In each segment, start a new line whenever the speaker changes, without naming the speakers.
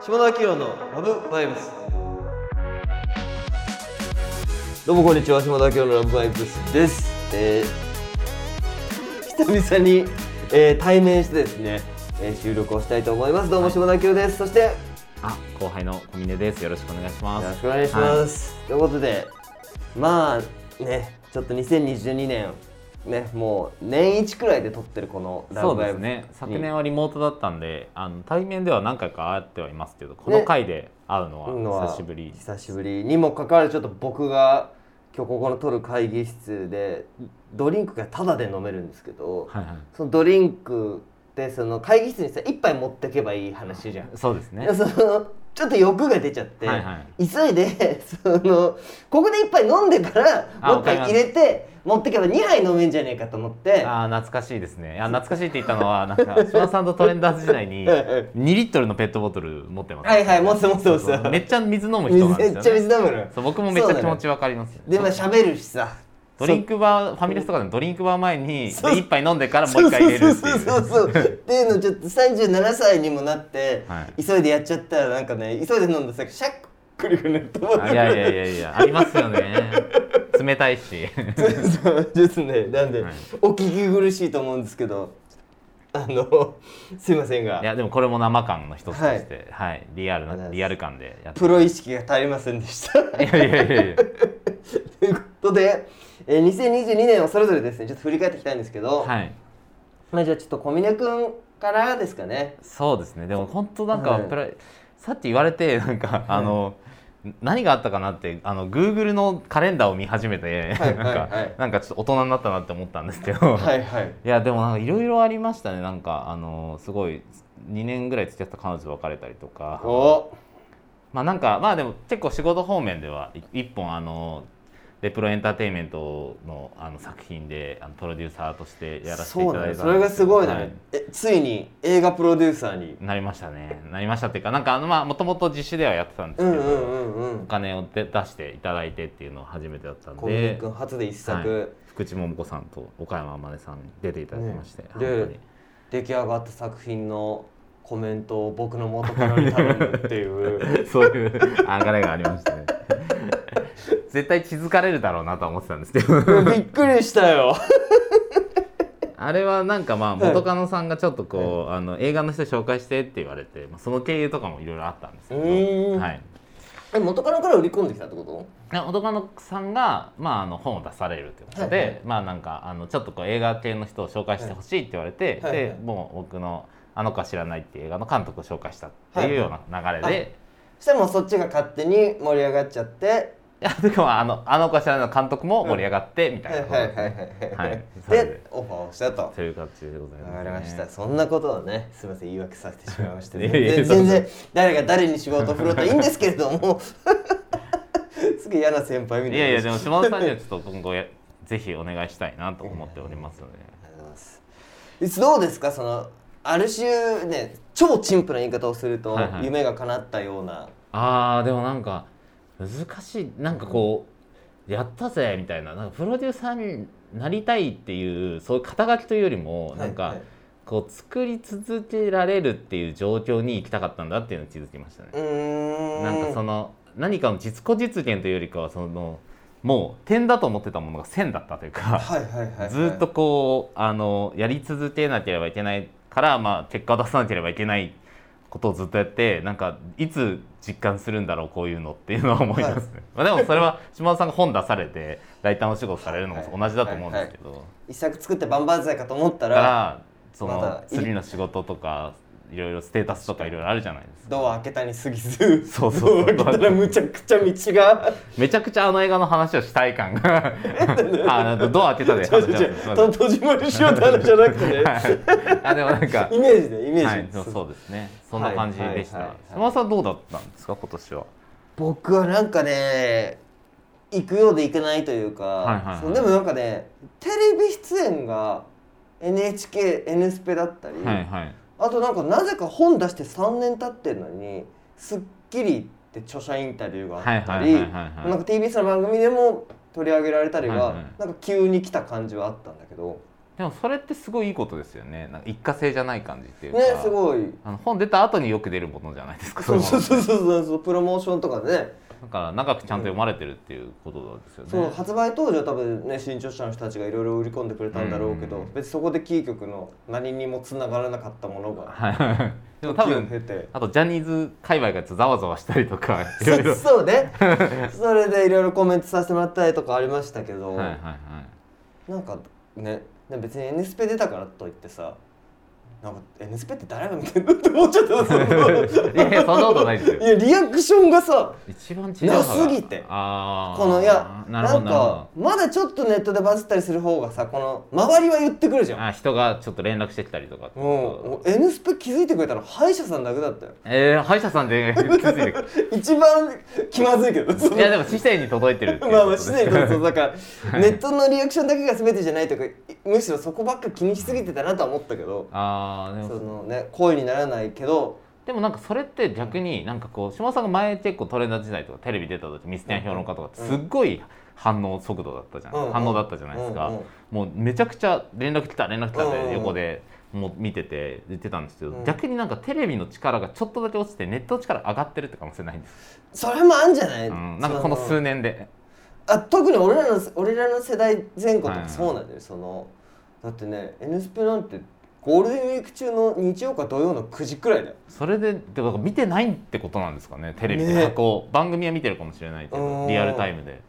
下田明のラブバイブスどうもこんにちは下田明のラブバイブスです、えー、久々に、えー、対面してですね、えー、収録をしたいと思いますどうも下田明です、そしてよ
あ、後輩の小峰です。よろしくお願いしま
ろし
す。
くお願いします、ということでまあねちょっと2022年ねもう年一くらいで撮ってるこのラ
そ
ブ
う
バ
で
イブ
す
ス
ね。昨
に
年はリモートだったんで、あの対面では何回か会ってはいますけど、この回で会うの
の
は
は
久しぶり。
久しぶりにもかかわらずちょっと僕が今日ここの取る会議室でドリンクがタダで飲めるんですけど、
はいはい。
そのドリンクってその会議室にさ一杯持ってけばいい話じゃん、
そうですね
で。そのちょっと欲が出ちゃって、
はいは
急いでそのここで一杯飲んでから
あ
もう一杯
わか
入
ります
れて持ってけば2杯飲めんじゃねえかと思って
あー懐かしいですね。いや懐かしいって言ったのはなん か島田さんとトレンダーズ時代に2リットルのペットボトル持ってます。
はいはい持つ持つ持つ
そうそうめっちゃ水飲む
水
人なんで
め
す
っ
よ
ちゃ水
ね。
飲むのよ
そう僕もめっちゃ気持
そう
ちわかりますよ。
なのよでまあ喋るしさ
ドリンクバーファミレスとかでもドリンクバー前に
そう
で一杯飲んでからもう一回入れるっていう。
そうそうそうそうっていうのちょっと37歳にもなって、
はい
急いでやっちゃったらなんかね急いで飲んださシャックリくなると思っ
あい
て
やいやいやいやありますよね冷たい し
そうちょっとねなんで、
はい
お聞き苦しいと思うんですけどあのすいません
い
が
やでもこれも生感の一つとしてはい、リアルなリアル感でやって
プロ意識が足りませんでした
いやいやいやいや
ということで、えー2022年をそれぞれですねちょっと振り返っていきたいんですけど、
はい
まあじゃあちょっと小峰君からですかね
そうですねでも本当なんか
はい
プラ、さっき言われてなんか、あの何があったかなってあの Google のカレンダーを見始めて、
はい
なんか、
はいはい
なんかちょっと大人になったなって思ったんですけど、
はいはい
いやでもなんかいろいろありましたねなんかあのすごい2年ぐらい付き合った彼女と別れたりとか
お
まあなんかまあでも結構仕事方面ではい一本あのレプロエンターテインメントのあの作品であのプロデューサーとしてやらせていただい
そ
た
うなのそれがすごいね、
は
えついに映画プロデューサーに
なりましたねなりましたっていうかなんかあのまあもともと自主ではやってたんで
うん
すけ
う
ど、
んうんう
お
ん
金を出出していただいてっていうのを初めてだったん
小峰
で
君初で一
はい
作、
福地桃子さんと岡山天音さんに出ていただきまして、
ね
本
で
当に
出来上がった作品のコメントを僕の元からに頼むっていう
そういう流れがありましたね絶対気づかれるだろうなとは思ってたんですけど
びっくりしたよ
あれはなんかまあ元カノさんがちょっとこう、あの映画の人紹介してって言われて、まあ、その経由とかもいろいろあったんですけど、
うーん
はい、
え元カノから売り込んできたってこと
で元カノさんが、まあ、あの本を出されるってことで、
はいはい
まあなんかあのちょっとこう映画系の人を紹介してほしいって言われて、
はいはい
でもう僕の「あの子は知らない」っていう映画の監督を紹介したっていうような流れで。
はい
い
そしたらもうそっちが勝手に盛り上がっちゃって
やでもあの「あの子は知らない」の監督も盛り上がってみた
はい
い
は
ないこと
は
で
い
すね、
はい、
はいそれ
で
で
オファーをしたと
という形でございます、ね。
わかりました。そんなことをね、すみません言い訳させてしまいました。
いや
全
いや
然
そ
全
んな
然誰が誰に仕事を振ろうといいんですけれど も、すぐ嫌な先輩みたいな。
いやいやで
あ
も島田さんにはちょっと今後やぜひお願いしたいなと思っておりますので
りがとうございます。いつどうですかそのある種ね超陳腐な言い方をすると、
はいはい
夢が叶ったような。
あーでもなんか難しいなんかこうやったぜみたいななんかプロデューサーになりたいっていうそういう肩書きというよりもなん
はい
か
はい
こう作り続けられるっていう状況に行きたかったんだっていうのを気づきましたね
う。ーん。
なんかその何かの実己実現というよりかはそのもう点だと思ってたものが線だったというか
はいはいはいはい。
ずっとこうあのやり続けなければいけないから、まあ、結果を出さなければいけないことをずっとやってなんかいつ実感するんだろうこういうのっていうのは思いますね、まあ、でもそれは島田さんが本出されてライターのお仕事されるのも同じだと思うんですけど、
一作作って万々歳かと思った。
だかららそ
まだ
の次の仕事とかいろいろステータスとかいろいろあるじゃないですか
ドア開けたに過ぎず、
そうそうそう
ド ア開けたらむちゃくちゃ 道が。
めちゃくちゃあの映画の話をしたい感があなんかドア開けたで
違う
話
違
し
う違
ますす
う
いません
と閉じまりしようって話じゃなくてね
あでもなんか
イメージでイメージ、
はい、そうそうですね。そんな感じでし
はいはい
た
はい。
島田さんどうだったんですか今年は。
僕はなんかね行くようで行けないというか、
いはいはい
そうでもなんかねテレビ出演が NHKN スペだったり、
はいはい。
あとなんかなぜか本出して3年経ってるのに『スッキリ』って著者インタビューがあったり
はいはいはいはいはい
なんか TBS の番組でも取り上げられたりは、
はいはい
なんか急に来た感じはあったんだけど
でもそれってすごいいいことですよねなんか一過性じゃない感じっていうか
ねすごい
あの本出た後によく出るものじゃないですか
そうそう
う
そうそうそうそうプロモーションとかね
だから長くちゃんと読まれてるっていうことなんですよね、
その発売当時は多分ね新潮社の人たちがいろいろ売り込んでくれたんだろうけど、
うん
別にそこでキー局の何にも繋がらなかったものが
はい でも多
時を
分
経て
あとジャニーズ界隈がざわざわしたりとかいろいろ
そそう ねそれでいろいろコメントさせてもらったりとかありましたけど、
はいはいはい
なんかねでも別に N スペ出たからといってさなんか N スペって誰が見てんのって思っちゃったのその
いやいやそんなことないですよ
いやリアクションがさ
一番地上波が
なすぎて
あー
このいや
な
な
るほど
ん
なるほど
かまだちょっとネットでバズったりする方がさこの周りは言ってくるじゃん
あ人がちょっと連絡してきたりとかって
も
こ
う「N スペ」気づいてくれたの歯医者さんだけだったよ
とえー、歯医者さんで 気づいて
一番気まずいけど
いやでも市政に届いてるっていうこ
まあ
と
まあ
で
自然とそうだ からネットのリアクションだけが全てじゃないというかいむしろそこばっか気にしすぎてたなとは思ったけど
あーで
そ
も
のね声にならないけど
でもなんかそれって逆になんかこう島田さんが前結構トレンド時代とかテレビ出た時ミステン評論家とかってすっごい反応速度だったじゃない、
うん
反応だったじゃないですか、
うんうん
もうめちゃくちゃ連絡来た連絡来た
うんう
で
ん
横でもう見てて言ってたんですけど、
うん
逆になんかテレビの力がちょっとだけ落ちてネットの力上がってるって可能性ないんです、
それもあんじゃない、
うん、なんかこの
そ
数年で
あ特に俺らの俺らの世代前後と
は
か
い
そうなんだよ、そのだってね「N スペ」なんてゴールデンウィーク中の日曜か土曜の9時くらいだよ
それででも見てないってことなんですかねテレビで、
ね
なんかこう番組は見てるかもしれないけ
う
ど
ん
リアルタイムで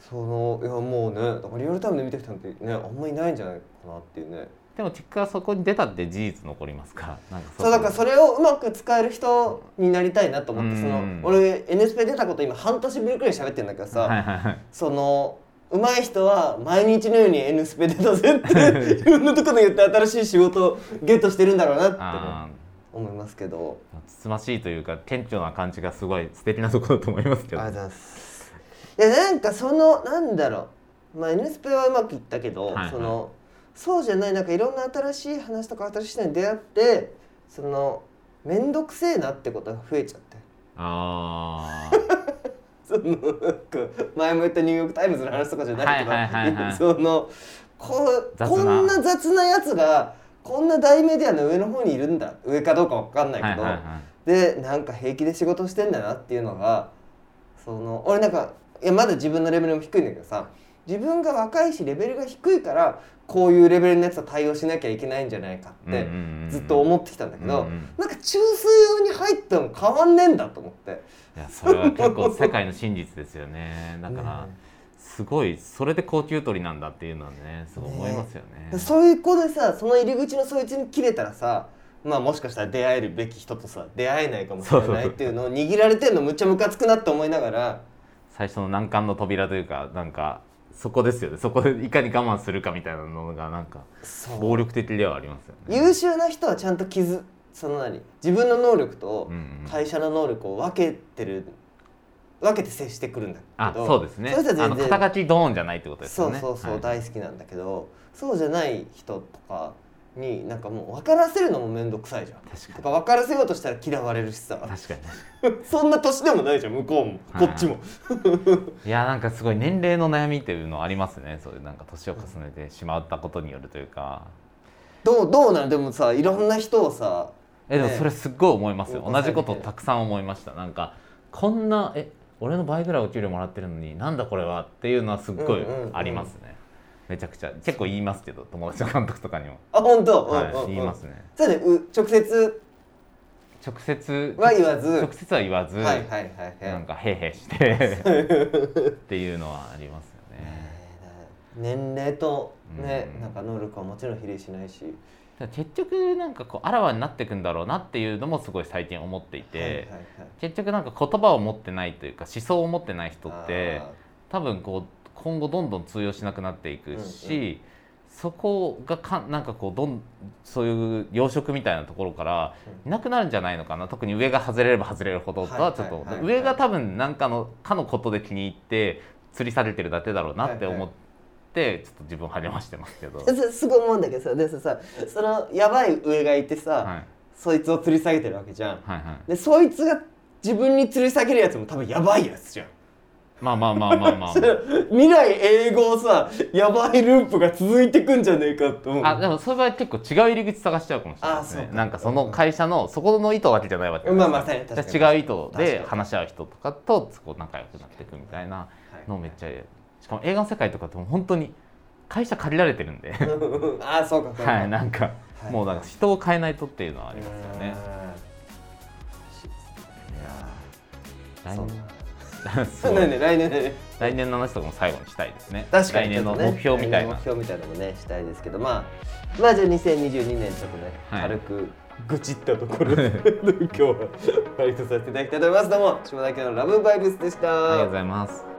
そのいやもうねだからリアルタイムで見てきたのってねあんまりいないんじゃないかなっていうね
でも結果そこに出たって事実残りますからなんかこ
そうだからそれをうまく使える人になりたいなと思って、
うん
その俺 NSP 出たこと今半年ぶりくらい喋ってんだけどさ、
はいはいはい
その上手い人は毎日のように N スペ出たぜって いろんなところで言って新しい仕事をゲットしてるんだろうなって
あ
思いますけど
ーつつましいというか顕著な感じがすごい素敵なところだと思います
あり
け
が
ど
とうございますいやなんかそのなんだろうまあ N スペはうまくいったけど、
はいはい
そのそうじゃないなんかいろんな新しい話とか新しい人に出会ってその面倒くせえなってことが増えちゃって
あ
そのなんか前も言ったニューヨーク・タイムズの話とかじゃないけど、
はいはいはいはい
そのこう
雑な
こんな雑なやつがこんな大メディアの上の方にいるんだ上かどうかわかんな
あ
い
はいは
け
い
ど、
は
でなんか平気で仕事してんだなっていうのがその俺なんかいやまだ自分のレベルも低いんだけどさ自分が若いしレベルが低いからこういうレベルのやつと対応しなきゃいけないんじゃないか
い
って
うんうんうんうん
ずっと思ってきたんだけど、
うんうん
なんか中枢用に入っても変わんねえんだと思って。
いやそれは結構世界の真実ですよねだから
ね
すごいそれで高級鳥なんだっていうのはねすごい思いますよね
そういう子でさその入り口のそいつに切れたらさまあもしかしたら出会えるべき人とさ出会えないかもしれ
そうそう
ない
そう
っていうのを握られてんのむっちゃムカつくなって思いながら
最初の難関の扉というかなんかそこですよねそこでいかに我慢するかみたいなのがなんか
そう
暴力的ではありますよね
優秀な人はちゃんと傷その何自分の能力と
うんうん
会社の能力を分けてる分けて接してくるんだけど
あそうですね
そういう人
あ
は
の
全然
肩書きドーンじゃないってことです
そ
よ
う
ね
そうそう、
はい
大好きなんだけどそうじゃない人とかになんかもう分からせるのも面倒くさいじゃん
確か
とか分からせようとしたら嫌われるしさ
確かに確か
そんな年でもないじゃん向こうも
はい
こっちも
にいやなんかすごい年齢の悩みっていうのありますねそういうなんか年を重ねてしまったことによるというか
どうどうなのでもさいろんな人をさ
えでも
ね
それすっごい思いますよ、
お子さん
同じ
に
ことたくさん思いましたなんかこんなえ俺の倍ぐらいお給料もらってるのになんだこれはっていうのはすっごい
うんうんうん
ありますね、めちゃくちゃ結構言いますけど友達の監督とかにも、
あ本当、
はい
うんうんうん
言いますね
そうだねう直接
直接
は言わず
直接は言わず、
はいはいはいはい
なんかへいへいしてっていうのはありますよね
年齢とね、
うん
なんか能力はもちろん比例しないし
ただ結局なんかこうあらわになっていくんだろうなっていうのもすごい最近思っていて、
はいはいはい
結局なんか言葉を持ってないというか思想を持ってない人って
あ
多分こう今後どんどん通用しなくなっていくし、
うん
そこがかなんかこうどんそういう養殖みたいなところからいなくなるんじゃないのかな特に上が外れれば外れるほどとはちょっと、
はいはいはいはい
上が多分なんかのかのことで気に入って吊り下げてるだけだろうなって思って、ちょっと自分励ましてますけど。
ー それすごい思うんだけどさでささそのやばい上がいてさ、
はい
そいつを吊り下げてるわけじゃん
はいはい
でそいつが自分に吊り下げるやつも多分やばいやつじゃん
まあまあまあまあまあ、
未来英語さやばいループが続いてくんじゃねえかと思う
あでもそういう場合結構違う入り口探しちゃうかもしれないです
あそう
ね
か
なんかその会社のそこの意図だけじゃないわけじゃない
まあまあ確かに
じゃあ違う意図
確
で
かに
話し合う人とかとこう仲良くなっていくみたいなのをめっちゃしかも映画の世界とかってもう本当に会社借りられてるんで
うんうん あそうかそうか
はいなんか
はい
もうなんか人を変えないとっていうのはありますよね
うん
来
そう
年す
そう
ご
だ
い
ね来年ね
来年の話とかも最後にしたいですね
確かに
来
ちょ
年
っ
の
とね
目標みた
来
いな
年の目標みたいなのもねしたいですけどまあまあじゃあ2022年ちょっとね、
はい
軽く愚痴ったところで 今日はバイトさせていただきたいと思いますどうも島田家のラブバイブスでした
ありがとうございます